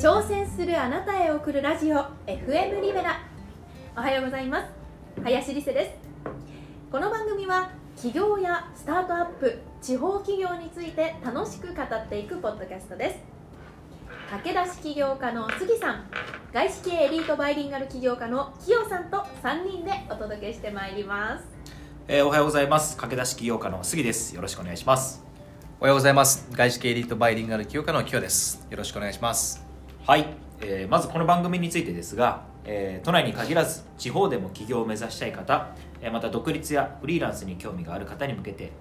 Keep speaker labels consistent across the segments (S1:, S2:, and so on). S1: 挑戦するあなたへ送るラジオ FM リベラおはようございます林理瀬ですこの番組は企業やスタートアップ地方企業について楽しく語っていくポッドキャストです駆け出し起業家の杉さん外資系エリートバイリンガル起業家のキヨさんと3人でお届けしてまいります
S2: えー、おはようございます駆け出し起業家の杉ですよろしくお願いします
S3: おはようございます。外資系エリートバイリンガル清川の清です。よろしくお願いします。
S2: はい、えーまずこの番組についてですが、えー都内に限らず地方でも起業を目指したい方、えーまた独立やフリーランスに興味がある方に向けて、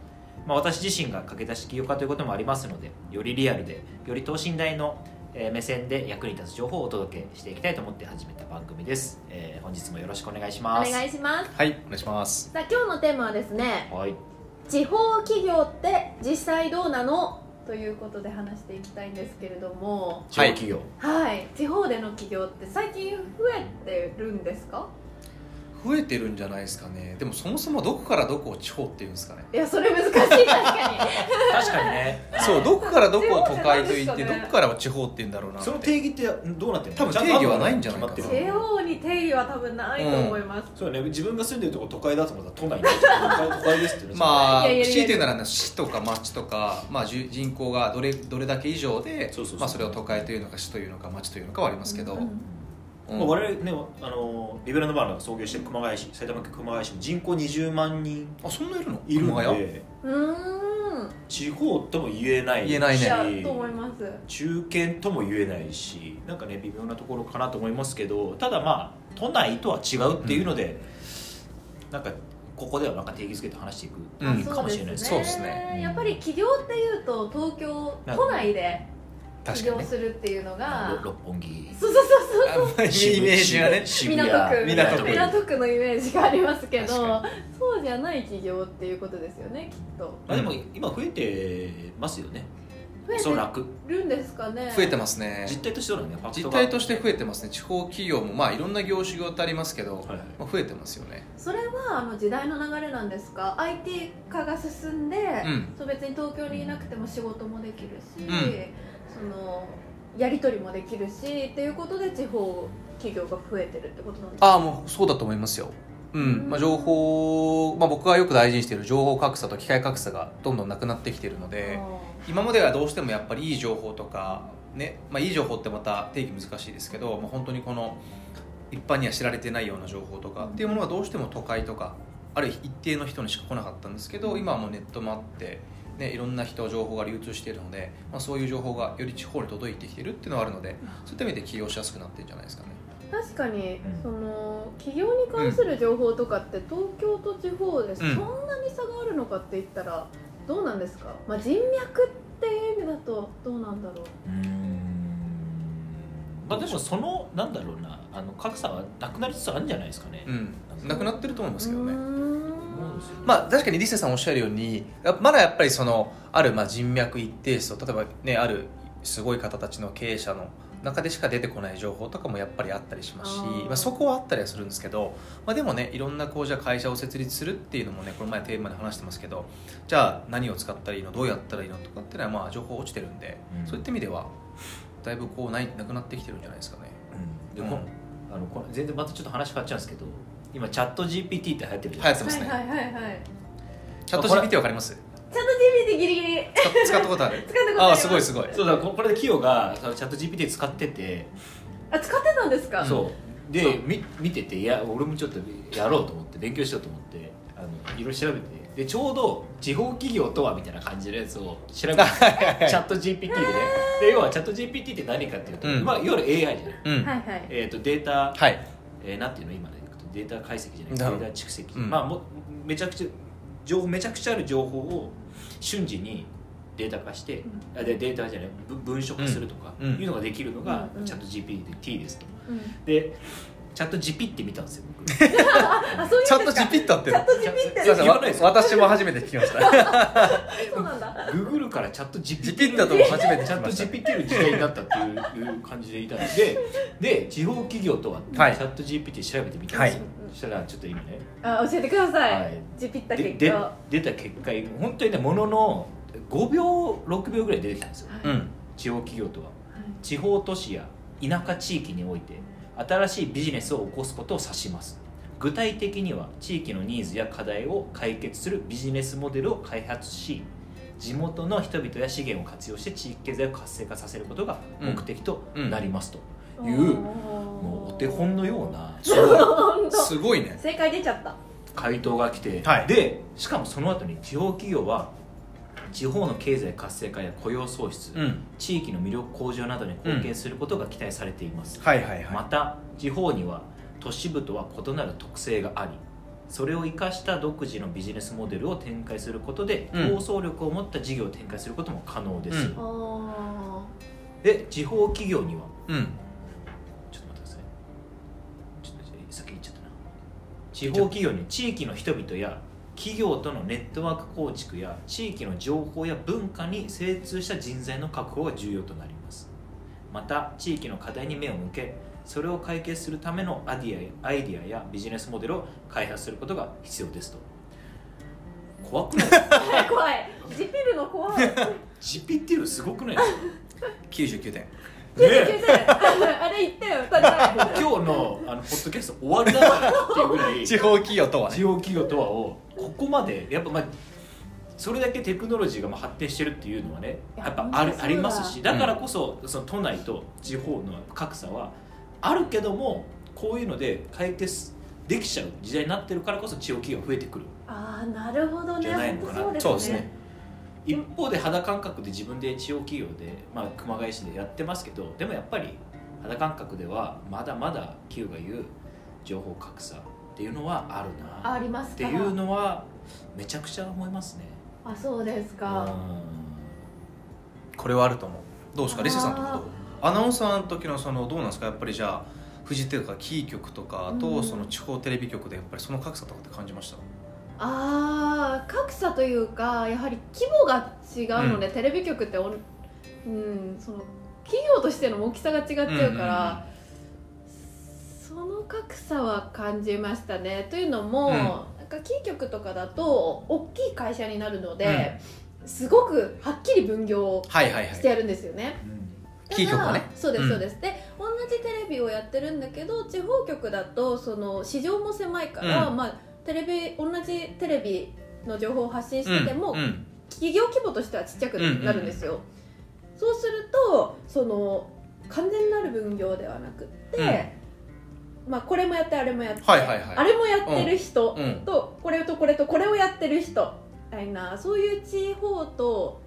S2: まあ、私自身が駆け出し起業家ということもありますのでよりリアルでより等身大のえー目線で役に立つ情報をお届けしていきたいと思って始めた番組です、えー本日もよろしくお願いし
S1: お
S2: ます
S1: 願いします
S3: はい、お願いします。
S1: さあ今日のテーマはですね
S2: はい
S1: 地方企業って実際どうなのということで話していきたいんですけれども
S2: 地方企業、
S1: はい、地方での起業って最近増えてるんですか
S3: 増えてるんじゃないですかね。でもそもそもどこからどこを地方っていうんですかね。
S1: いやそれ難しい確かに
S2: 確かにね
S3: そう、どこからどこを都会と
S1: 地方じ
S3: 言って、
S1: ゃないですかね
S3: どこからを地方って言うんだろうなって。
S2: その定義ってどうなってるの
S3: 多分定義はないんじゃないかな
S2: 決まってる
S1: 地方に定義は多分ないと思います、
S2: そうね、自分が住んでるとこ都会だと思ったら都内に都会都会ですってね
S3: ま
S1: い
S3: あ、
S1: やいやいや
S3: 強いて言うならね市とか町とか、まあ、じゅ人口がどれどれだけ以上で
S2: そうそうそう
S3: まあそれを都会というのか市というのか町というのかはありますけ
S1: う
S3: ど、
S1: ん
S3: うん
S2: まあ、我々ね、あのリベラのバーナが創業してる熊谷市埼玉県熊谷市も人口20万人
S3: あそんないるの
S2: いるん
S3: 熊谷
S2: で
S1: うーん
S2: 地方とも言えないし
S3: 言えない
S1: い
S3: ね
S1: やと思います
S2: 中堅とも言えないしなんかね微妙なところかなと思いますけどただまあ都内とは違うっていうので、なんかここではなんか定義づけて話していく、
S3: うん
S2: いいかもしれないです
S3: そうですね
S2: うん
S1: やっぱり起業っていうと東京都内で起
S3: 確かに
S1: 業
S3: ね
S1: するっていうのが、
S2: ろ六本木
S1: そうそうそうそう
S3: あんまりイメージがね
S2: 渋谷
S1: 港区
S3: 港区
S1: 港区のイメージがありますけ
S3: 確
S1: どそうじゃない起業っていうことですよねきっと
S2: まあ、でも今増えてますよね、お
S1: 増
S2: そ
S1: え
S2: らく
S1: てるんですかね
S3: 増えてますね
S2: 実態としてはねファクト
S3: 実
S2: が
S3: 態として増えてますね地方企業もまあいろんな業種業ってありますけど、
S2: はいはい
S3: まあ、増えてますよね
S1: それはあの時代の流れなんですか IT 化が進んで、
S3: うん
S1: そう別に東京にいなくても仕事もできるし、
S3: うん
S1: そのやり取りもできるしっていうことで地方企業が増えてるってことなんですか
S3: ああもうそうだと思いますよう
S1: うん
S3: ん、まあ、情報、まあ、僕がよく大事にしている情報格差と機械格差がどんどんなくなってきているので今まではどうしてもやっぱりいい情報とか、ねまあ、いい情報ってまた定義難しいですけど、まあ、本当にこの一般には知られてないような情報とかっていうものはどうしても都会とかある一定の人にしか来なかったんですけど今はもうネットもあって、ね、いろんな人情報が流通しているので、まあ、そういう情報がより地方に届いてきているっていうのはあるのでそういった意味で起業しやすくなってるんじゃないですかね。
S1: 確かに、
S2: ん
S1: その企業に関する情報とかって東京と地方でそんなに差があるのかって言ったらどうなんですか、まあ、人脈っていう意味だとどうなんだろう
S2: うーんまあでもそのなんだろうなあの格差はなくなりつつあるんじゃないですかね、
S3: うん、なくなってると思いますけどね。
S1: うー
S2: 思うん
S1: ん
S2: ですよね
S3: まあ、確かにリセさんおっしゃるようにやまだやっぱりそのあるまあ人脈一定数例えばねあるすごい方たちの経営者の中でしか出てこない情報とかもやっぱりあったりしますし
S1: あー
S3: まあ、そこはあったりはするんですけど、まあ、でもねいろんなこうじゃあ会社を設立するっていうのもねこの前テーマで話してますけどじゃあ何を使ったらいいのどうやったらいいのとかっていうのはまあ情報落ちてるんで、
S2: うん
S3: そういった意味ではだいぶこうないなくなってきてるんじゃないですかね。
S2: うんで
S3: うん
S2: こんあのこん全然またちょっと話変わっちゃうんですけど今チャット GPT って流行ってるじゃ
S3: 流
S2: ない
S3: 行っ
S2: です
S3: てま
S1: は
S3: す
S1: い
S3: ね、
S1: はいはいはい
S3: チャット GPT わかります
S1: ちゃんと GPT ギリギリ使っ
S3: 使使ったことある
S1: たこと
S3: あ
S1: り
S3: あ
S1: ます
S3: ごいすごい
S2: か、そうだここれでキヨがそのチャット GPT 使ってて、
S1: あ使ってたんですか
S2: そうでみ見てていや俺もちょっとやろうと思って勉強しようと思ってあのいろいろ調べてでちょうど地方企業とはみたいな感じのやつを調べてチャット GPT でねで要はチャット GPT って何かっていうと、
S3: うん
S2: まあ、いわゆる AI じゃない、
S3: うん
S1: はいはい
S2: えー、とデータ、
S3: はい
S2: えーなんていうの今ねデータ解析じゃない
S3: なるほ
S2: デ
S3: ど
S2: ータ蓄積、
S3: うん
S2: まあもめちゃくちゃ情報めちゃくちゃある情報を瞬時にデータ化して、あでデータじゃないぶ文書化するとか
S3: うんうん
S2: いうのができるのが、
S1: うんうん
S2: チャット GPT ですと。
S1: うん
S2: でチャット GP って見たんですよ僕
S1: あそうい
S3: チャ
S1: う
S3: ッ
S1: ん
S3: ト
S1: ですか
S3: GPT って
S1: チャット GPT って
S3: すいません
S2: 言わないですか
S3: わ私も初めて聞きました
S1: そうなんだ
S2: Google からチャット GPT
S3: ジピッタとも初めて聞
S2: チャ
S3: き
S2: ット
S3: ました
S2: GPT の時代になったっていう感じでいたのでで地方企業とは、
S3: はい
S2: チャット GPT 調べてみたんです
S1: は
S2: よ、
S1: い
S2: そしたらちょっと今ね
S1: あ教えてください、
S2: はい
S1: GPT
S2: で
S1: だ結
S2: で
S1: 果は
S2: 出た結果本当にねものの5秒6秒ぐらい出てきたんですよ
S1: い
S3: うん
S2: 地方企業とは地方都市や田舎地域において新しいビジネスを起こすことを指します具体的には地域のニーズや課題を解決するビジネスモデルを開発し地元の人々や資源を活用して地域経済を活性化させることが目的となりますと、いうもうお手本のような
S3: すご
S1: 本
S3: いすごいね
S1: 正解出ちゃった
S2: 回答が来て、
S3: はい
S2: でしかもその後に地方企業は地方の経済活性化や雇用創出、
S3: うん
S2: 地域の魅力向上などに貢献することが期待されています、
S3: はいはい
S2: また地方には都市部とは異なる特性がありそれを生かした独自のビジネスモデルを展開することで
S3: うん
S2: 競争力を持った事業を展開することも可能です、
S3: うん
S1: あ
S2: で地方企業には
S3: うん
S2: ちょっと待ってくださいちょっと先言っちゃったな地方企業に地域の人々や企業とのネットワーク構築や地域の情報や文化に精通した人材の確保が重要となりますまた地域の課題に目を向けそれを解決するためのアディアアイディアやビジネスモデルを開発することが必要ですと怖くない
S1: ー怖いジピルの怖い
S2: ジピっていうのすごくないですか
S3: 99点
S1: 99点あれ言ったよ足りない
S2: 今日のあのポッドキャスト終わりだなっていうぐらい
S3: 地方企業とはね
S2: 地方企業とはをここまでやっぱまあそれだけテクノロジーがまあ発展してるっていうのはねやっぱあ
S1: いや本当に
S2: る
S1: そうだ
S2: ありますしだからこそその都内と地方の格差はあるけどもこういうので解決できちゃう時代になってるからこそ地方企業が増えてくるあ
S1: ああなるほどね
S2: じゃないのかな
S1: 本当
S3: そ
S1: そううです
S3: で
S1: す
S3: ね
S1: ね
S2: 一方で肌感覚で自分で地方企業で、まあ、熊谷市でやってますけどでもやっぱり肌感覚ではまだまだ Q が言う情報格差っていうのはあるな
S1: あります
S2: っ
S1: か
S2: ていうのはめちゃくちゃ思いますね。
S1: あそうですか
S3: これはあると思うどうですか
S1: あー
S3: レセさんとかどうアナウンサーの時のそのどうなんですかやっぱりじゃあフジテレビとかキー局とか
S1: う
S3: と
S1: ん
S3: その地方テレビ局でやっぱりその格差とかって感じました
S1: ああ格差というかやはり規模が違うので、テレビ局っておんうんその企業としての大きさが違っちゃうから、その格差は感じましたねというのも、
S3: うん
S1: なんかキー局とかだと大きい会社になるので、すごくはっきり分業を
S3: はいはいは
S1: してやるんですよね、
S3: キー局はね
S1: そうで
S3: うん
S1: すそうです、で同じテレビをやってるんだけど地方局だとその市場も狭いから、
S3: う
S1: まあ、テレビ同じテレビの情報を発信してても、
S3: うんうん
S1: 企業規模としてはちっちゃくなるんですよ、そうするとその完全なる分業ではなくって、まあ、これもやってあれもやって、
S3: はいはいはい
S1: あれもやってる人
S3: うん
S1: と、これとこれとこれをやってる人みたいなそういう地方と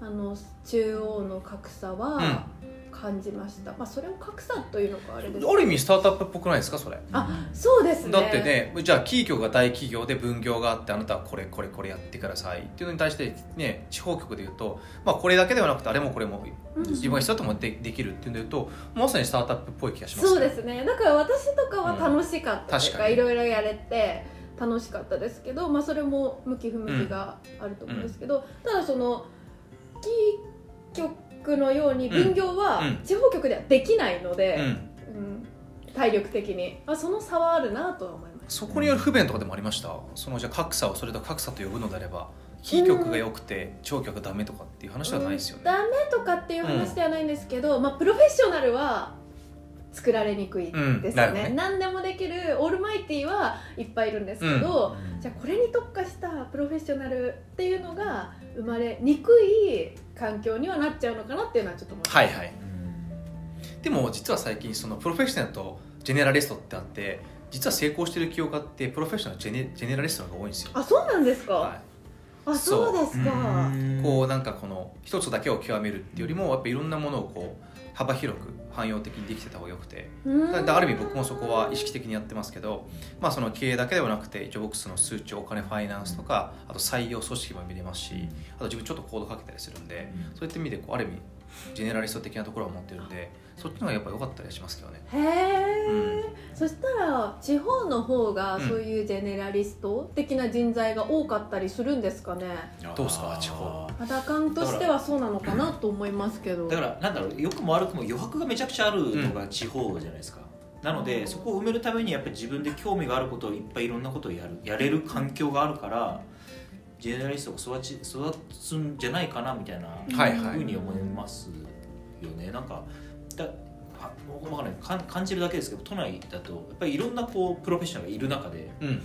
S1: あの中央の格差は感じました、まあそれを格差というのかあれです
S3: ある意味スタートアップっぽくないですかそれ
S1: あそうですね
S3: だってねじゃあ企業が大企業で分業があってあなたはこれこれこれやってくださいっていうのに対して、ね、地方局で言うと、まあ、これだけではなくてあれもこれも
S1: うん
S3: 自分が必要だともでできるっていうので言うとまさにスタートアップっぽい気がします
S1: そうですねだから私とかは楽しかったという
S3: うん確
S1: か,、
S3: かに
S1: いろいろやれて楽しかったですけど、まあ、それも向き不向きがあると思うんですけど、ただそのキー局のように分業は
S3: うんうん
S1: 地方局ではできないので、
S3: うん、
S1: うん体力的に、まあ、その差はあるなとは思います
S3: そこによる不便とかでもありましたそのじゃあ格差をそれと格差と呼ぶのであればキー局が良くて地方局がダメとかっていう話はないですよ
S1: うん
S3: ね、
S1: ダメとかっていう話ではないんですけど、まあ、プロフェッショナルは作られにくいです
S3: う
S1: よ
S3: んなるほど
S1: ね,、
S3: ね
S1: 何でもできるオールマイティはいっぱいいるんですけど、じゃあこれに特化したプロフェッショナルっていうのが生まれにくい環境にはなっちゃうのかなっていうのはちょっと思います
S3: はいはいでも実は最近そのプロフェッショナルとジェネラリストってあって実は成功してる企業家ってプロフェッショナルジェネジェネラリストの方が多いんですよ、
S1: あそうなんですか、
S3: はい、
S1: あそうですか
S3: こうなんかこの一つだけを極めるっていうよりもやっぱいろんなものをこう幅広く汎用的にできてた方がよくて
S1: う
S3: だ
S1: ん
S3: だある意味僕もそこは意識的にやってますけど、まあ、その経営だけではなくて一応僕その数値お金ファイナンスとかあと採用組織も見れますしあと自分ちょっとコードかけたりするんでそういった意味でこうある意味ジェネラリスト的なところを持ってるんでそっちの方がやっぱ良かったりはしますけどね。
S1: へえ、
S3: うん
S1: そしたら地方の方がそういうジェネラリスト的な人材が多かったりするんですかね
S3: どうですか地方
S1: 肌感としてはそうなのかなと思いますけど
S2: だからなんだろう良くも悪くも余白がめちゃくちゃあるのが地方じゃないですか、なのでそこを埋めるためにやっぱり自分で興味があることをいっぱいいろんなことをやるやれる環境があるからジェネラリストが育ち育つんじゃないかなみたいな
S3: はいはい
S2: ふうに思いますよねなんかだあわかんないかん感じるだけですけど都内だとやっぱりいろんなこうプロフェッショナルがいる中で、
S3: うん
S2: うん、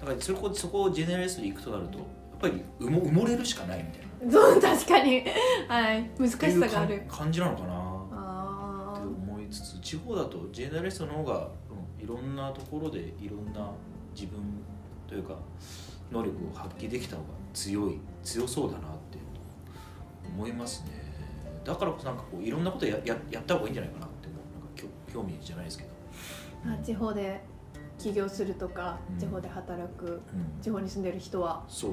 S2: だからそこそこをジェネラリストでいくとなるとやっぱり埋も埋もれるしかないみたいな
S1: そう確かに、 はい、難しさがあ
S2: っていう
S1: る。
S2: かん感じなのかな
S1: あ
S2: って思いつつ地方だとジェネラリストの方が、うん、いろんなところでいろんな自分というか能力を発揮できた方が強い強そうだなって思いますねだからこそなんかこういろんなことやややった方がいいんじゃないかなって思うなんかきょ興味じゃないですけど、
S1: ーあ地方で起業するとか、
S2: うん
S1: 地方で働く
S2: うん、
S1: 地方に住んでる人は
S2: そう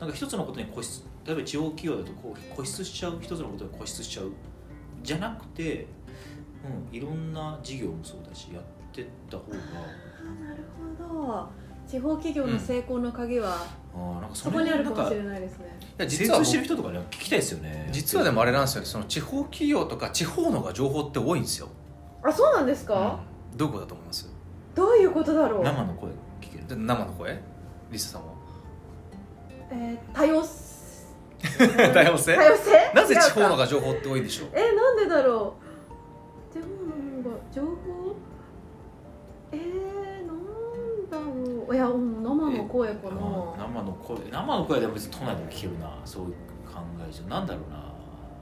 S2: なんか一つのことに固執例えば地方企業だとこう固執しちゃう一つのことに固執しちゃうじゃなくて、うん、いろんな事業もそうだしやってった方が
S1: あーなるほど地方企業の成功の鍵は、
S2: あーなんかそ
S1: そこにあるかもし
S2: な
S1: れ
S2: んか
S1: ないですね
S3: や
S2: 精
S3: 実は
S2: 通
S3: 僕
S2: してる人とかね聞きたいですよね
S3: 実はでもあれなんですよねその地方企業とか地方の方が情報って多いんですよ、
S1: あそうなんです
S3: う
S1: か、
S3: んどういうことだと思います
S1: どういうことだろう、
S2: 生の声が聞ける
S3: で生の声リサさんは
S1: えー、多様
S3: 多
S1: 性
S3: 様性
S1: 多様性
S3: なぜ地方の方
S1: 違うか
S3: が情報って多いんでしょう
S1: えーなんでだろう地方の方が情報えー、なんだろういやうん生の声かな、
S2: あー生の声生の声でも別に都内でも聞けるなそういう考えじゃなんだろうな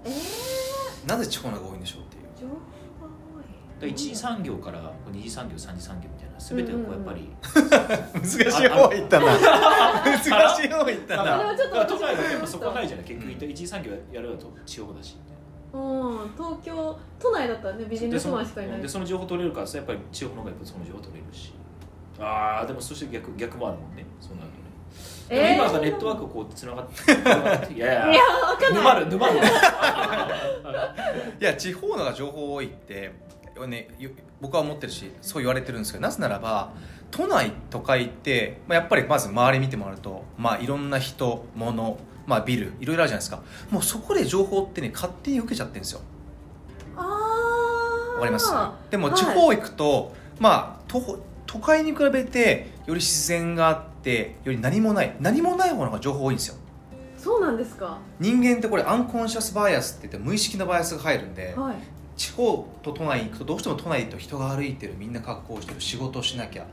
S1: えー、
S3: なぜ地方の方が多いんでしょうっていう
S1: 情報が
S2: だか
S1: 多
S2: ら
S1: い
S2: 一次産業から二次産業三次産業みたいな全てがこうやっぱり、
S3: 難し
S2: い方
S3: いったな難しい方いった
S1: なあれはちょっと
S2: だから都内だとやっぱそこはないじゃない結局一次産業やるだと地方だし
S1: うん東京都内だったらねビジネスマンしかいない
S2: でその情報取れるからさやっぱり地方の方がやっぱその情報取れるしああでもそして逆逆もあるもんねそうなるとね、でも今さネットワークこうつながって繋がってい やい
S1: い
S2: や
S1: やわかんない
S2: 沼 る沼る
S3: いや地方の方が情報多いって、ね、よ僕は思ってるしそう言われてるんですけどなぜならば都内都会って、まあ、やっぱりまず周り見てもらうと、まあ、いろんな人物、まあ、ビルいろいろあるじゃないですかもうそこで情報ってね勝手に受けちゃってるんですよ
S1: あー
S3: わかりますでも
S1: はい
S3: 地方行くと、まあ都都会に比べてより自然があってより何もない何もない方の方が情報多いんですよ
S1: そうなんですか
S3: 人間ってこれアンコンシャスバイアスって言って無意識のバイアスが入るんで、
S1: はい
S3: 地方と都内行くとどうしても都内と人が歩いてるみんな格好してる仕事をしなきゃ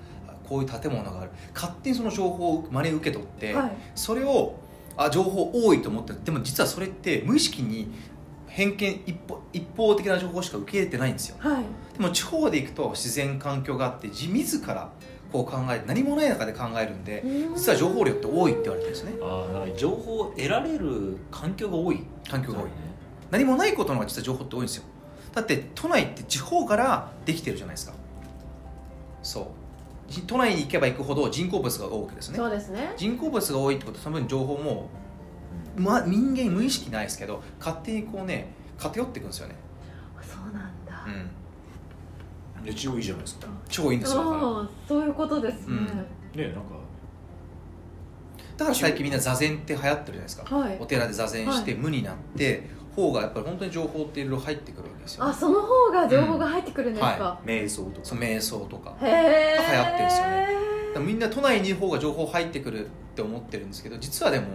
S3: こういう建物がある勝手にその情報を真似受け取って、
S1: はい
S3: それをあ情報多いと思ってるでも実はそれって無意識に偏見一方一方的な情報しか受け入れてないんですよ
S1: はい
S3: でも地方で行くと自然環境があって自自らこう考えて何もない中で考えるんで実は情報量って多いって言われてるんですね
S2: ああだから情報を得られる環境が多い
S3: 環境が多い何もないことの方が実は情報って多いんですよだって都内って地方からできてるじゃないですかそうじ都内に行けば行くほど人工物が多くですね
S1: そうですね
S3: 人工物が多いってことはその分情報も、ま、人間無意識ないですけど勝手にこうね偏っていくんですよね
S1: そうなんだ
S3: うん
S2: で地方いいじゃないですか
S3: 超いいんですよだから
S1: あーそういうことですね
S2: ねなんか
S3: だから最近みんな座禅って流行ってるじゃないですか
S1: はい
S3: お寺で座禅して
S1: は
S3: 無になって方がやっぱり本当に情報っていろいろ入ってくるわけですよ
S1: あその方が情報が入ってくるんですか
S2: 瞑想と
S3: そ
S2: か
S3: の瞑想とか
S1: へえ
S3: 流行ってるんですよねだからみんな都内にいる方が情報入ってくるって思ってるんですけど実はでも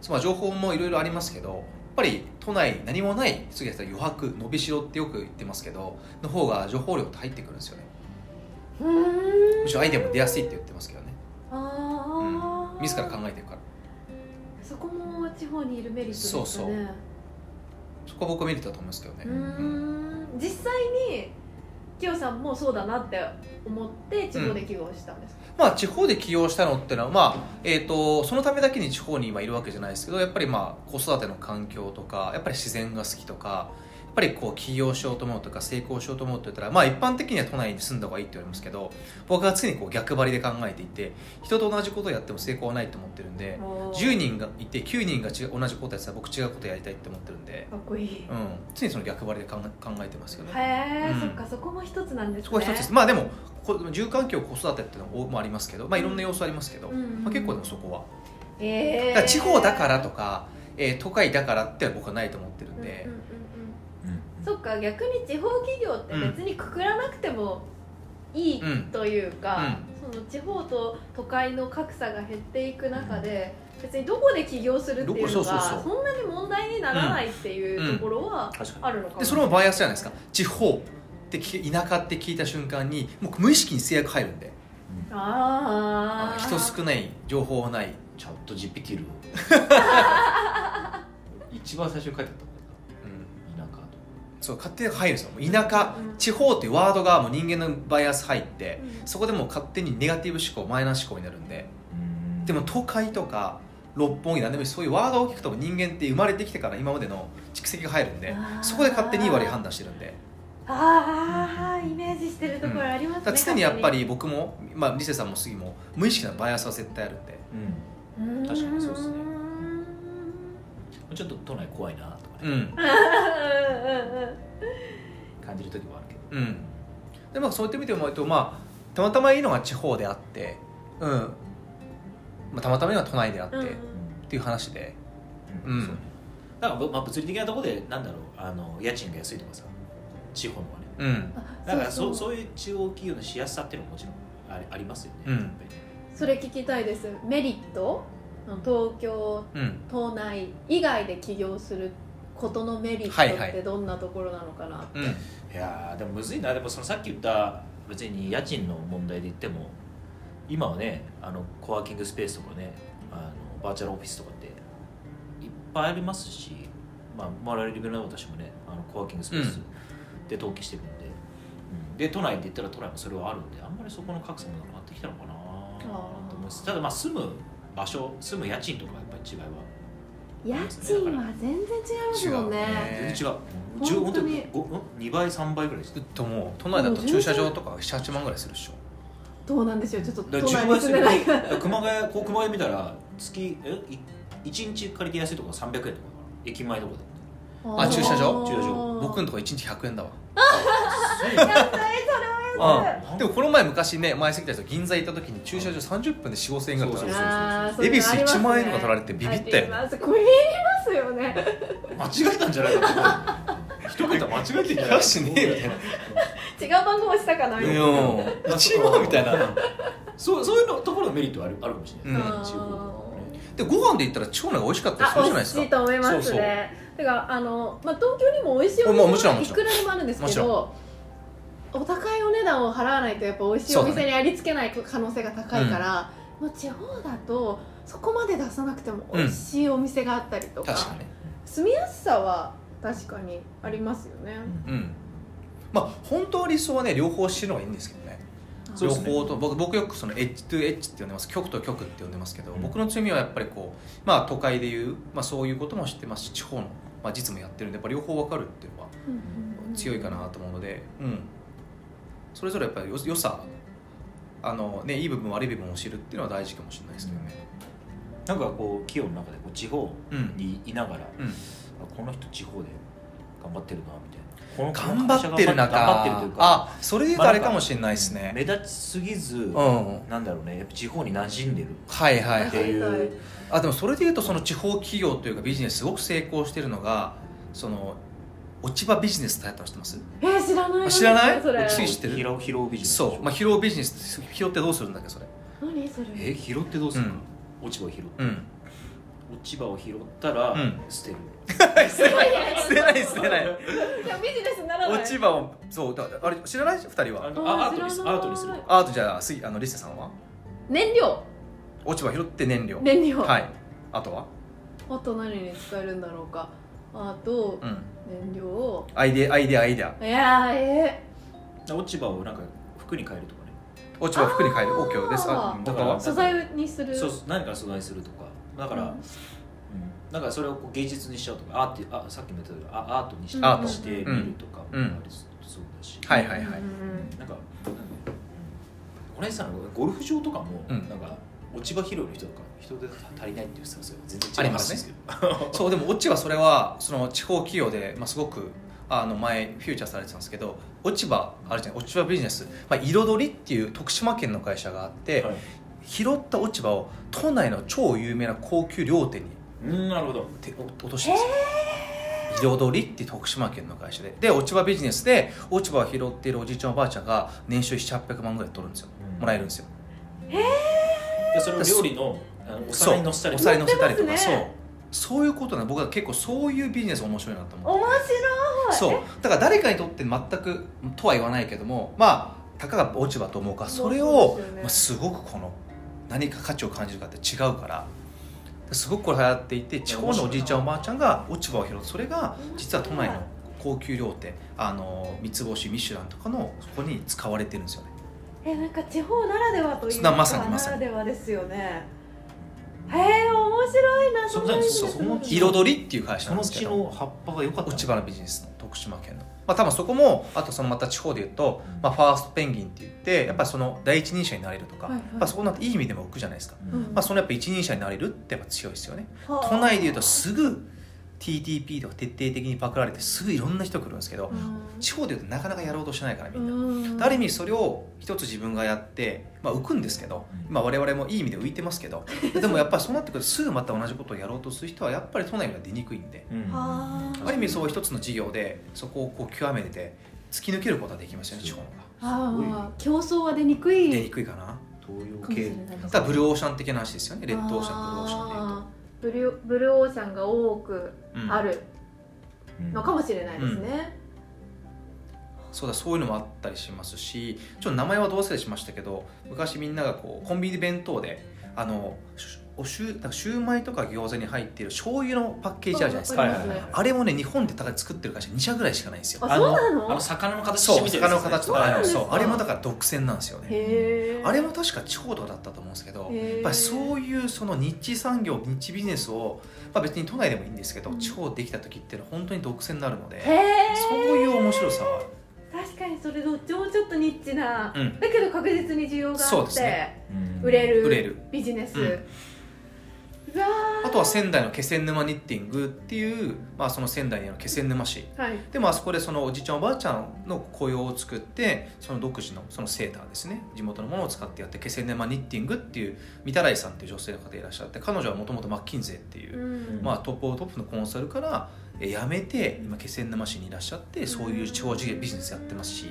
S3: その情報もいろいろありますけどやっぱり都内何もない人が余白伸びしろってよく言ってますけどの方が情報量って入ってくるんですよね
S1: うーん
S3: むしろアイデアも出やすいって言ってますけどね、
S1: あ
S3: う
S1: あ
S3: ん、自ら考えてるから
S1: そこも地方にいるメリットですね
S3: そうそうそこは僕はメリットだと思うんですけどね
S1: うーん実際にきよさんもそうだなって思って地方で起業したんですか、
S3: まあ地方で起業したのってのはまあえっ、とそのためだけに地方に今いるわけじゃないですけどやっぱりまあ子育ての環境とかやっぱり自然が好きとかやっぱりこう起業しようと思うとか成功しようと思うと言ったらまあ一般的には都内に住んだ方がいいって言われますけど僕は常にこう逆張りで考えていて人と同じことをやっても成功はないと思ってるんで
S1: おー
S3: 10人がいて9人が違う同じことやってたら僕違うことやりたいって思ってるんで、
S1: かっこいい、
S3: うん、常にその逆張りで考え考えてますよね。
S1: へえ、
S3: うん
S1: そっかそこも一つなんですね
S3: そこは一つです、まあでもこ住環境子育てっていうのもありますけど、まあ、いろんな要素ありますけど、
S1: うんうんうん
S3: まあ、結構でもそこは、
S1: え
S3: だから地方だからとか、えー都会だからって僕はないと思ってるんで、
S1: うんうんうん、
S2: う
S1: そっか逆に地方企業って別にくくらなくてもいい
S3: うん
S1: というか、その地方と都会の格差が減っていく中で別にどこで起業するっていうの
S3: どこそうそう
S1: が
S3: そう
S1: そんなに問問題にならないっていうところは
S2: 確かに
S1: あるのかも
S3: でそれもバイアスじゃないですか地方って聞け田舎って聞いた瞬間にもう無意識に制約入るんで
S1: ああ
S3: 人少ない情報はない、
S2: チャット GPT る 一番最初に書いてあったもんな田舎と
S3: そう勝手に入るんですよもう田舎、
S1: うん
S3: 地方っていうワードがもう人間のバイアス入って、
S1: うん
S3: そこでもう勝手にネガティブ思考マイナス思考になるんででも都会とか六本木なんでもいいそういうワードを聞くと人間って生まれてきてから今までの蓄積が入るんで
S1: あー
S3: そこで勝手に悪い判断してるんで
S1: あーイメージしてるところありますね、
S3: だから常にやっぱり僕も、まあ、リセさんも杉も無意識なバイアスは絶対あるんで、
S2: うん
S1: 確
S2: 確かにそうですねちょっと都内怖いなとか
S3: う
S2: ね、
S3: ん
S2: 感じる時もあるけど
S3: うん、でもそういった意味でも、えっとまあ、たまたまいいのが地方であって、うんまあ、たまたまいいのが都内であって、っていう話で、
S2: うん、
S3: うん
S2: そうねだから、まあ、物理的なところでなんだろうあの家賃が安いとかさ地方のはね
S3: うん、
S2: だからそうう
S1: そう
S2: そういう中央企業のしやすさっていうのももちろんありありますよね、
S3: うん
S2: やっぱりね
S1: それ聞きたいですメリット東京
S3: うん、
S1: 都内以外で起業することのメリ
S3: はい
S1: ット
S3: はい
S1: ってどんなところなのかな、
S3: うん、
S2: いやーでもむずいなでもそのさっき言った別に家賃の問題で言っても今はねあのコワーキングスペースとかねあのバーチャルオフィスとかっていっぱいありますし、まあ、我々リベラルの私もねあのコワーキングスペースで登記してるんで、うんで都内で言ったら都内もそれはあるんであんまりそこの格差もなくなってきたのかなと思いますただまあ住む場所住む家賃とかはやっぱり違いは
S1: 家賃は全然違いますもんね
S3: 違う
S2: 全
S3: ね
S2: 然違う
S1: えー
S2: 10
S1: 本当に
S2: ごん2倍3倍ぐらいです
S3: ずっともう都内だと駐車場とか78万ぐらいするでしょ
S1: どうなんでしょうちょっと
S2: だ
S1: 都
S2: か
S1: 内
S2: ら10
S1: に
S2: 倍
S1: 住
S2: す
S1: んで
S2: る
S1: ないから
S2: 熊谷こう熊谷見たら月えい1日借りて安いところ300円とかだから駅前とかで
S3: あ駐車場
S2: 駐車場
S3: 僕のとこ1日100円だわ
S1: 安いそれは安い
S2: あ
S3: でもこの前昔ね前杉田さん銀座行った時に駐車場30分で4 5千円ぐらい取られて
S1: あー
S3: 恵比寿
S1: そういうのあります
S3: 1万円とか取られてビビったよね
S1: ありますこれいりますよね
S2: 間違えたんじゃないかな一桁間違えてんじゃない
S3: キャッシュねえよ みたいな
S1: 違う番号押したかなみ
S3: る
S1: たいな
S3: よ1万みたいな
S2: そうそういうのところのメリットはあるあるかもしれない、
S3: うん
S2: 中国のね
S3: でご飯で言ったら長男が美味しかったりする
S1: あ
S3: じゃ
S1: 美
S3: ないで
S1: 味し
S3: すか
S1: いと思います
S3: そうそう
S1: ねだからあの、まあ、東京にも美味しいお
S3: まあもち
S1: 店は
S3: ろんも
S1: い
S3: ちろ
S1: く
S3: ん
S1: らでもあるんですけ
S3: もちろ
S1: どお高いお値段を払わないとやっぱ美味しいお
S3: そうだ
S1: 店
S3: ね
S1: にありつけない可能性が高いから、もう地方だとそこまで出さなくても美味しいお店があったりとか,、
S3: 確かにね
S1: 住みやすさは確かにありますよね、
S3: うんまあ本当は理想はね両方してるのがいいんですけどね
S1: あ
S2: そう
S3: 両
S2: ですね
S3: 方と僕僕よくそのエッジトゥエッジって呼んでます局と局って呼んでますけど、
S2: うん
S3: 僕の強みはやっぱりこうまあ都会でいう、まあ、そういうことも知ってますし地方の、まあ、実務やってるんでやっぱ両方分かるっていうのは
S1: うんうんうん
S3: 強いかなと思うので、うん、それぞれやっぱりよ良さあの、ね、いい部分悪い部分を知るっていうのは大事かもしれないですけどね、
S2: なんかこう企業の中でこう地方
S3: うん
S2: にいながら、
S3: うん
S2: あこの人地方で頑張ってるなみたいなこの
S3: 頑張ってる中
S2: 頑張ってるというか
S3: あそれで言うとあれかもしれないです
S2: 目
S3: ね、
S2: 立ちすぎず、
S3: うん
S2: なんだろうねやっぱ地方に馴染んでる
S3: はいはいはい
S2: っていう
S3: あでもそれでいうとその地方企業というかビジネスすごく成功してるのがその落ち葉ビジネスって流行ったの知ってます
S1: えー知らない
S3: あ知らない
S1: それ
S3: うち知ってる
S2: 広広ビジネスでしょ
S3: そう、まあ、疲労ビジネスって疲労ってどうするんだっけそれ
S1: 何それ
S2: え拾ってどうするの、
S3: うん
S2: 落ち葉を拾って、
S3: うん
S2: 落ち葉を拾ったら、
S3: うん
S2: 捨てる
S3: 捨てない捨てない捨てない
S1: いやビジネスにならない
S3: 落ち葉をそうだあれ知らない二人
S2: あ
S3: は
S2: の
S1: あ
S2: あア
S1: ー
S2: ートにす
S1: 知
S2: ア
S1: らない
S2: ートにするとか
S3: あとじゃあ次あのリセさんは
S1: 燃料
S3: 落ち葉拾って燃料
S1: 燃料、
S3: はいあとは
S1: あと何に使えるんだろうかあと
S3: うん
S1: 燃料
S3: アイデアアイデアアイデア
S1: いやーえ
S2: 落ち葉をなんか服に変えるとかね
S3: 落ち葉服に変える OK ですあ
S1: あー
S3: 他は
S1: ー、素材にする
S2: そうそう何か素材するとかだか
S1: う
S2: ら、うんんだからそれをこう芸術にしちゃうとかアーティあさっきも言ったけどあアートにし
S3: アート
S2: してみるとかも
S3: うん
S2: ありそうだし、
S3: はいはいはい
S1: うん
S2: なんか、なんかこれさ、ゴルフ場とかも、
S3: うん
S2: なんか落ち葉拾いの人とか、人手が足りないっていうさ、それは全然違う
S3: ありますね
S2: 話ですけど。
S3: そうでもオチはそれはその地方企業で、まあ、すごくあの前フューチャーされてたんですけど落ち葉あるじゃない落ち葉ビジネス、まあ、彩りっていう徳島県の会社があって、
S2: はい
S3: 拾った落ち葉を都内の超有名な高級料店に
S2: うん、なるほど。
S3: てお落としてですよ彩りっていう徳島県の会社でで落ち葉ビジネスで落ち葉を拾っているおじいちゃんおばあちゃんが年収700800万ぐらい取るんですよ
S2: うん
S3: もらえるんですよ
S2: で、それを料理の、あのお皿に乗せたり
S3: お
S2: とか
S3: 皿に乗せたりとか、
S1: 乗ってます
S3: そう
S1: ね
S3: そういうことね僕は結構そういうビジネス面白いなと思って
S1: 面白い
S3: そうだから誰かにとって全くとは言わないけどもまあたかが落ち葉と思うかそれ
S1: そう
S3: を
S1: ですよね
S3: まあ、すごくこの何か価値を感じるかって違うからすごくこれ流行っていて地方のおじいちゃんおばあちゃんが落ち葉を拾うそれが実は都内の高級料亭あの三つ星ミシュランとかのそこに使われてるんですよね
S1: えなんか地方ならではというか
S3: なまさにまさに
S1: ならではですよねへえ面白いな
S2: そ
S1: そうのビジネス
S2: そうその木
S3: 彩りっていう会社
S2: そ
S3: なん
S2: の
S3: ですけ
S2: 木
S3: ど
S2: の葉っぱが良かった
S3: 落ち葉のビジネスの徳島県の、まあ、多分そこもあとそのまた地方で言うと、まあ、ファーストペンギンって言ってやっぱりその第一人者になれるとか、
S1: はいはい
S3: やっぱそこなんていい意味でも置くじゃないですか、
S2: うん
S3: まあ、そのやっぱ一人者になれるってやっぱ強いですよね
S1: はあ
S3: 都内で言うとすぐ TTP とか徹底的にパクられてすぐいろんな人来るんですけど、
S1: うん
S3: 地方で言うとなかなかやろうとしないからみんな、
S1: うん
S3: ある意味それを一つ自分がやって、まあ、浮くんですけど、
S2: うん
S3: まあ、我々もいい意味で浮いてますけどでもやっぱりそうなってくるとすぐまた同じことをやろうとする人はやっぱり都内には出にくいんで
S2: うん
S1: はあ
S3: ある意味そう一つの事業でそこをこう極めて突き抜けることはできますよね地方の方が
S1: ああ競争は出にくい
S3: 出にくいかな
S2: 東洋
S1: かもしれ
S2: 系
S1: ない
S3: ただブルーオーシャン的な話ですよねレッドオーシャンブルーオーシャンでいうと
S1: あーブルーブルーオーシャンが多く
S3: うん
S1: ある
S2: うん
S1: のかもしれないですね、
S3: そうだそういうのもあったりしますしちょっと名前はどう忘れしましたけど昔みんながこうコンビニ弁当であのしおしゅなんかシューマイとか餃子に入っている醤油のパッケージあるじゃないですか
S1: わりますね
S2: はいはいはい
S3: あれもね日本で高い作ってる会社2社ぐらいしかないんですよ
S1: あそうなの
S2: あの魚の形して
S3: そう
S2: みて
S3: 魚の形と
S1: そう
S3: か
S1: な
S3: あ
S1: ん
S3: の
S1: ですか
S3: そうあれもだから独占なんですよね
S1: へえ
S3: あれも確か地方とかだったと思うんですけど
S1: や
S3: やっぱりそう
S1: いう
S3: いうその日産業日ビジネスを、まあ、別に都内でもいいんですけど、
S1: うん
S3: 地方できた時っていうのは本当に独占になるので、
S1: へえ
S3: そういう面白さは
S1: 確かにそれどっちもちょっとニッチな、
S3: うん
S1: だけど確実に需要があ
S3: そ
S1: っ
S3: うで
S1: て、
S3: すね
S1: 売れる
S3: 売れる
S1: ビジネス、う
S3: うん
S1: わ
S3: あとは仙台の気仙沼ニッティングっていう、まあ、その仙台にある気仙沼市
S1: ーはい
S3: でもあそこでそのおじいちゃんおばあちゃんの雇用を作ってその独自のそのセーターですね地元のものを使ってやって気仙沼ニッティングっていう御手洗さんっていう女性の方いらっしゃって彼女はもともとマッキンゼーっていうう、
S1: ん
S3: まあ、トップオブトップのコンサルからえ辞めて今気仙沼市にいらっしゃってそういう地方事業ビジネスやってますし。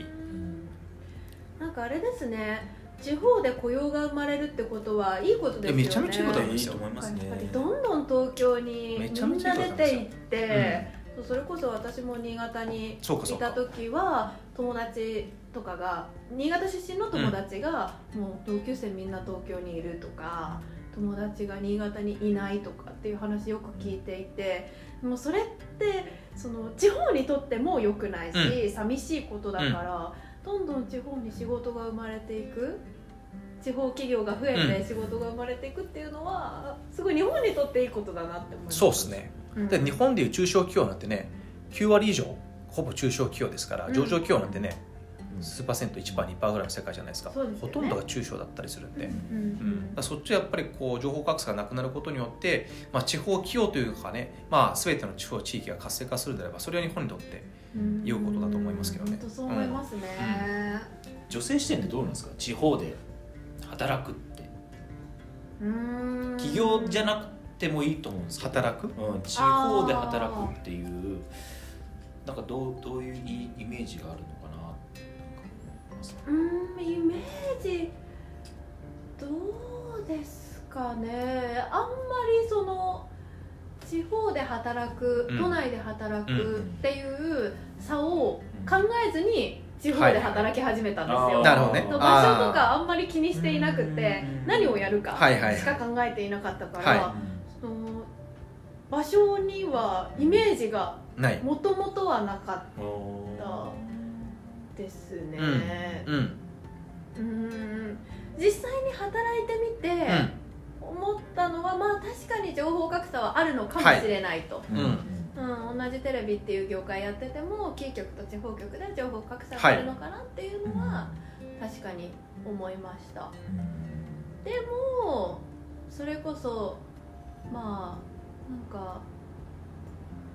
S1: なんかあれですね地方で雇用が生まれるってことはいいことですよね
S3: めちゃめちゃいいことだよ
S2: いいと思いますね
S1: やっぱりどんどん東京にみ
S3: めちゃ
S1: ん
S3: めちゃ
S1: ない
S3: いこ
S1: 出
S3: となんです
S1: て
S3: よ
S1: いって、そうそれこそ私も新潟に
S3: そうかそ
S1: いうた
S3: か
S1: 時は友達とかが新潟出身の友達が、もう同級生みんな東京にいるとか友達が新潟にいないとかっていう話よく聞いていてもうそれってその地方にとっても良くないし、寂しいことだから、どんどん地方に仕事が生まれていく。地方企業が増え
S3: う
S1: て仕事が生まれていくっていうのは、すごい日本にとっていいことだなって思います
S3: そうですね
S1: うん
S3: で日本でいう中小企業なんてね9割以上ほぼ中小企業ですから
S1: うん
S3: 上場企業なんてね、
S2: うん
S3: 数パーセント1パー2パーぐらいの世界じゃないですか
S1: そうですよね
S3: ほとんどが中小だったりするんで、
S1: うん
S3: うんだからそっちはやっぱりこう情報格差がなくなることによって、まあ、地方企業というかね、まあ、全ての地方地域が活性化するのであればそれは日本にとって
S1: うん
S3: 良いことだと思いますけどね
S1: 本当そう思いますね、
S2: 女性視点でどうなんですか地方で働くって
S1: うん
S2: 企業じゃなくてもいいと思うんですけど
S3: 働く
S2: うん、地方で働くっていうなんかどうどういうイイメージがあるのかなってなんか思います
S1: うんイメージどうですかねあんまりその地方で働く、
S3: うん
S1: 都内で働
S3: うん
S1: くっていう差を考えずに地方で働き始めたんですよ、
S2: あー
S3: なるほどね
S1: 場所と
S3: あー
S1: かあんまり気にしていなくて
S2: うん
S1: 何をやるか
S3: はいはいはい
S1: しか考えていなかったから、
S3: は
S1: その場所にはイメージが
S3: ない、
S1: もともとはなかっ
S2: うん
S1: たですね、
S3: うん
S1: うん実際に働いてみて
S3: う
S1: 思ったのは、まあ確かに情報格差はあるのかもしれないと、
S3: うん
S1: うん、同じテレビっていう業界やっててもキー局と地方局で情報格差があるのかなっていうのは、確かに思いましたでもそれこそまあなんか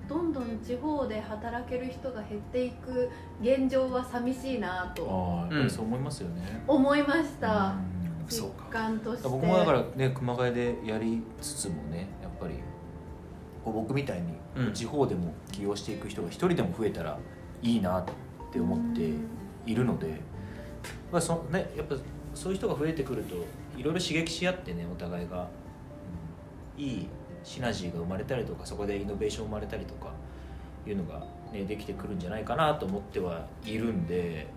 S1: どんどん地方で働ける人が減っていく現状は寂しいな
S2: あ
S1: と
S2: ーやっぱりそう思いますよね、
S1: 思いました
S2: うん
S3: ん、そ
S1: 実
S3: うか
S1: 感として
S2: 僕もだからね熊谷でやりつつもねやっぱりこう僕みたいに
S3: うん
S2: 地方でも起業していく人が一人でも増えたらいいなって思って
S1: うん
S2: いるので、まあそね、やっぱそういう人が増えてくるといろいろ刺激し合ってねお互いが、うんいいシナジーが生まれたりとかそこでイノベーション生まれたりとかいうのが、ね、できてくるんじゃないかなと思ってはいるんで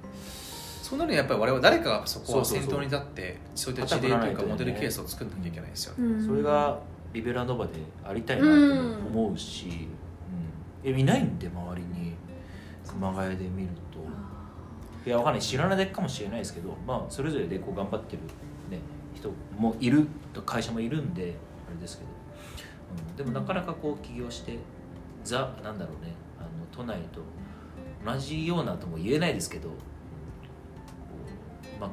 S3: そうなるにはやっぱり我々誰かがそこは
S2: そう
S3: 先
S2: そうそう
S3: 頭に立ってそういった事例というかモデルケースを作んなきゃいけないですよね、
S2: それがビベラノバでありたいなとも思うし、うんえいないんで周りに熊谷で見るといやわかんない知らないだけかもしれないですけど、まあ、それぞれでこう頑張ってる、ね、人もいる会社もいるんであれですけど、うん、でもなかなかこう起業してザなんだろうねあの都内と同じようなとも言えないですけど、うんこううまく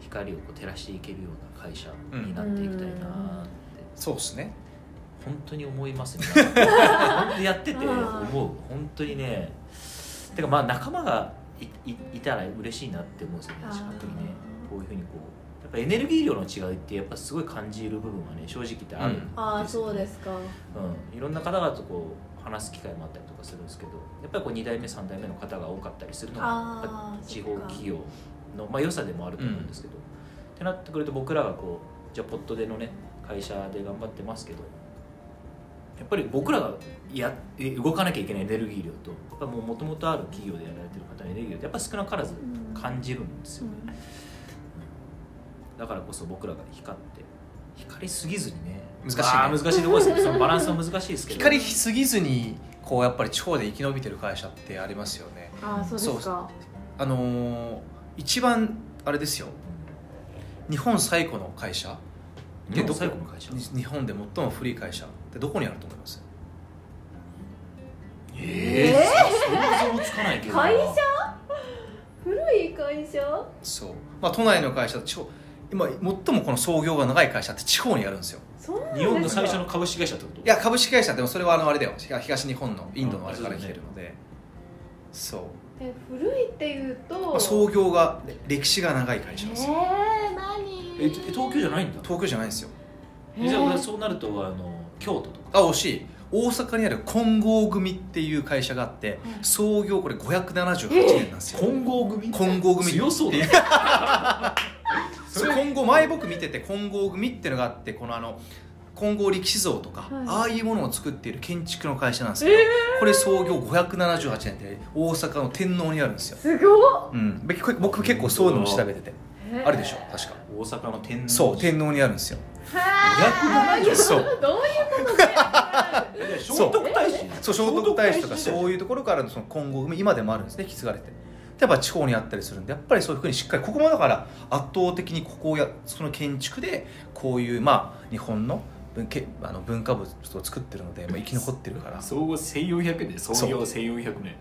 S2: 光をこう照らしていけるような会社になっていきたいなって、
S3: そうですね
S2: 本当に思い ますね本当にやってて思う
S1: あー
S2: 本当にねてかまあ仲間がいいいたら嬉しいなって思うんですよね
S1: あー
S2: 近くにねこういうふうにこうやっぱエネルギー量の違いってやっぱすごい感じる部分はね正直言ってあるんですよね、
S1: ああそうですか
S2: うん、いろんな方々とこう話す機会もあったりとかするんですけどやっぱりこう2代目3代目の方が多かったりするのが
S1: あー
S2: やっぱ地方
S1: そっか
S2: 企業の、まあ、良さでもあると思うんですけど、ってなってくると僕らがこうじゃあポットでのね会社で頑張ってますけどやっぱり僕らがやえ動かなきゃいけないエネルギー量とやっぱもともとある企業でやられてる方のエネルギー量ってやっぱ少なからず感じるんですよね、だからこそ僕らが光って光りすぎずにね
S3: 難しいね
S2: まあ難しいところですねそのバランスは難しいですけど
S3: 光りすぎずにこうやっぱり地方で生き延びてる会社ってありますよね
S1: ああそうですか
S3: あのー一番あれですよ日本最古の会社
S2: でど最後の会社
S3: に日本で最も古い会社ってどこにあると思います
S2: ええ想像つかないけどな
S1: 会社古い会社
S3: そう、まあ、都内の会社地方今最もこの創業が長い会社って地方にあるんですよ
S1: そうなんですか
S2: 日本の最初の株式会社ってこと
S3: いや株式会社でもそれはあのあれだよ東日本のインドのあれから来てるのでそう,、
S1: え古いっていう
S3: ま
S1: と
S3: あ、創業が歴史が長い会社ですよ
S1: えー、何
S2: ええ東京じゃないんだ
S3: 東京じゃないんですよ
S1: えー
S2: じゃあ俺そうなるとあの京都とか
S3: あ惜しい大阪にある金剛組っていう会社があって
S1: うん
S3: 創業これ578年なんですよ
S2: 混合組
S3: 金剛組
S2: 強そうだね
S3: それ今後前僕見てて金剛組っていうのがあってこのあの金剛力士像とか、
S1: はい
S3: ああいうものを作っている建築の会社なんです
S1: え
S3: けど、これ創業578年で大阪の天皇にあるんですよ
S1: ー、すごっ
S3: うん、べ僕僕結構そういうのも調べてて
S1: えー
S3: あるでしょ確か
S2: 大阪の天皇
S3: そう天皇にあるんですよ
S1: はー
S2: 270
S3: そう
S1: どういうことか
S2: いや聖徳太子
S3: そう聖徳太子とか
S2: 聖
S3: そういうところからのその金剛組今でもあるんですね引き継がれてでやっぱ地方にあったりするんでやっぱりそういうふうにしっかりここもだから圧倒的にここをやその建築でこういうまあ日本の文けあの文化物を作ってるので、まあ、生き残ってるから
S2: 総合1400年創業1400年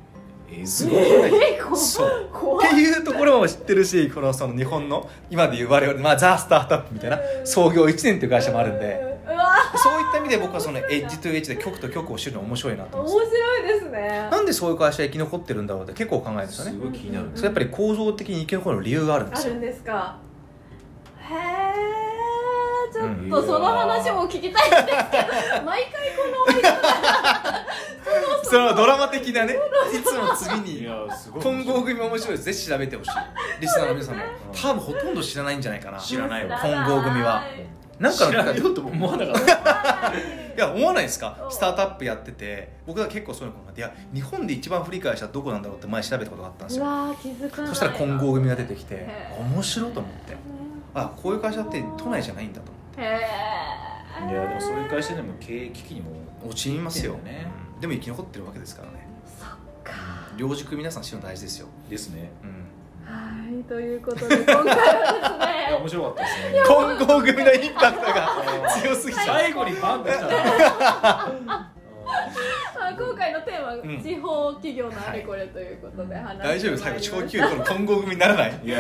S2: え
S3: す
S2: ず
S3: ごい
S1: えー、こ
S3: そう
S1: 怖
S3: っ
S1: い
S3: ていうところも知ってるしこのその日本の今でいう我々、まあ、ザ・スタートアップみたいな創業1年っていう会社もあるんで
S1: うわ
S3: そういった意味で僕はそのエッジトゥエッジで局と局を知るの面白いなと
S1: 面
S3: 思って
S1: 白いですね
S3: なんでそういう会社が生き残ってるんだろうって結構考えるんですよ
S2: す
S3: ね
S2: ごい気になるんです
S3: それやっぱり構造的に生き残る理由があるんで
S1: あ
S3: すよ
S1: るんですかへえちょ
S3: うん
S1: っとその話も聞きたいんですけど 毎回このお店
S3: それはドラマ的なねいつも次
S2: い
S3: に
S2: やすごい
S3: 金剛組面白いですぜひ調べてほしいリスナーの皆さんも多分ほとんど知らないんじゃないか な
S2: 知らないわ
S3: 金剛組はなんかの
S2: 知られようとも思わなかった
S3: いや思わないですか
S1: うん
S3: スタートアップやってて僕は結構そういうの考えていや日本で一番古い会社どこなんだろうって前調べたことがあったんです
S1: う
S3: よ
S1: わー気づかない
S3: そしたら金剛組が出てきて
S1: へー
S3: 面白いと思ってあこういう会社って都内じゃないんだと思
S1: へえ
S2: いやでもそういう会社でも経営危機にも
S3: って陥りますよ
S2: そうだよ
S3: ね
S2: ね、
S3: うんでも生き残ってるわけですからね
S1: そっか
S3: 両軸皆さん知るの大事ですよ、
S2: ですね
S3: うん、
S1: はいということで今回は ですね
S2: 面白かったですね
S3: 金剛組のインパクトが強すぎちゃう
S2: 最後にバンとしたら
S1: あ今回のテーマ、
S3: ん
S1: 地方企業のあれこれということで話して
S3: 大丈夫
S1: まいりま
S3: 最後
S1: した
S3: 超級の金剛組にならない
S2: いや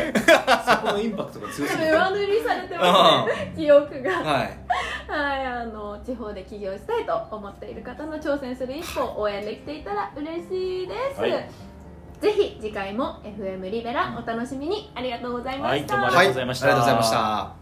S2: そこのインパクトが強すぎて
S1: 上塗りされて ますね記憶が
S3: はい
S1: はい、あの地方で起業したいと思っている方の挑戦する一歩を応援できていたら嬉しいです、
S2: はい
S1: ぜひ次回も FM リベラお楽しみにありがとうございま
S2: は
S1: し
S2: い
S1: た、
S2: どうもありがとうございました
S3: はいありがとうございました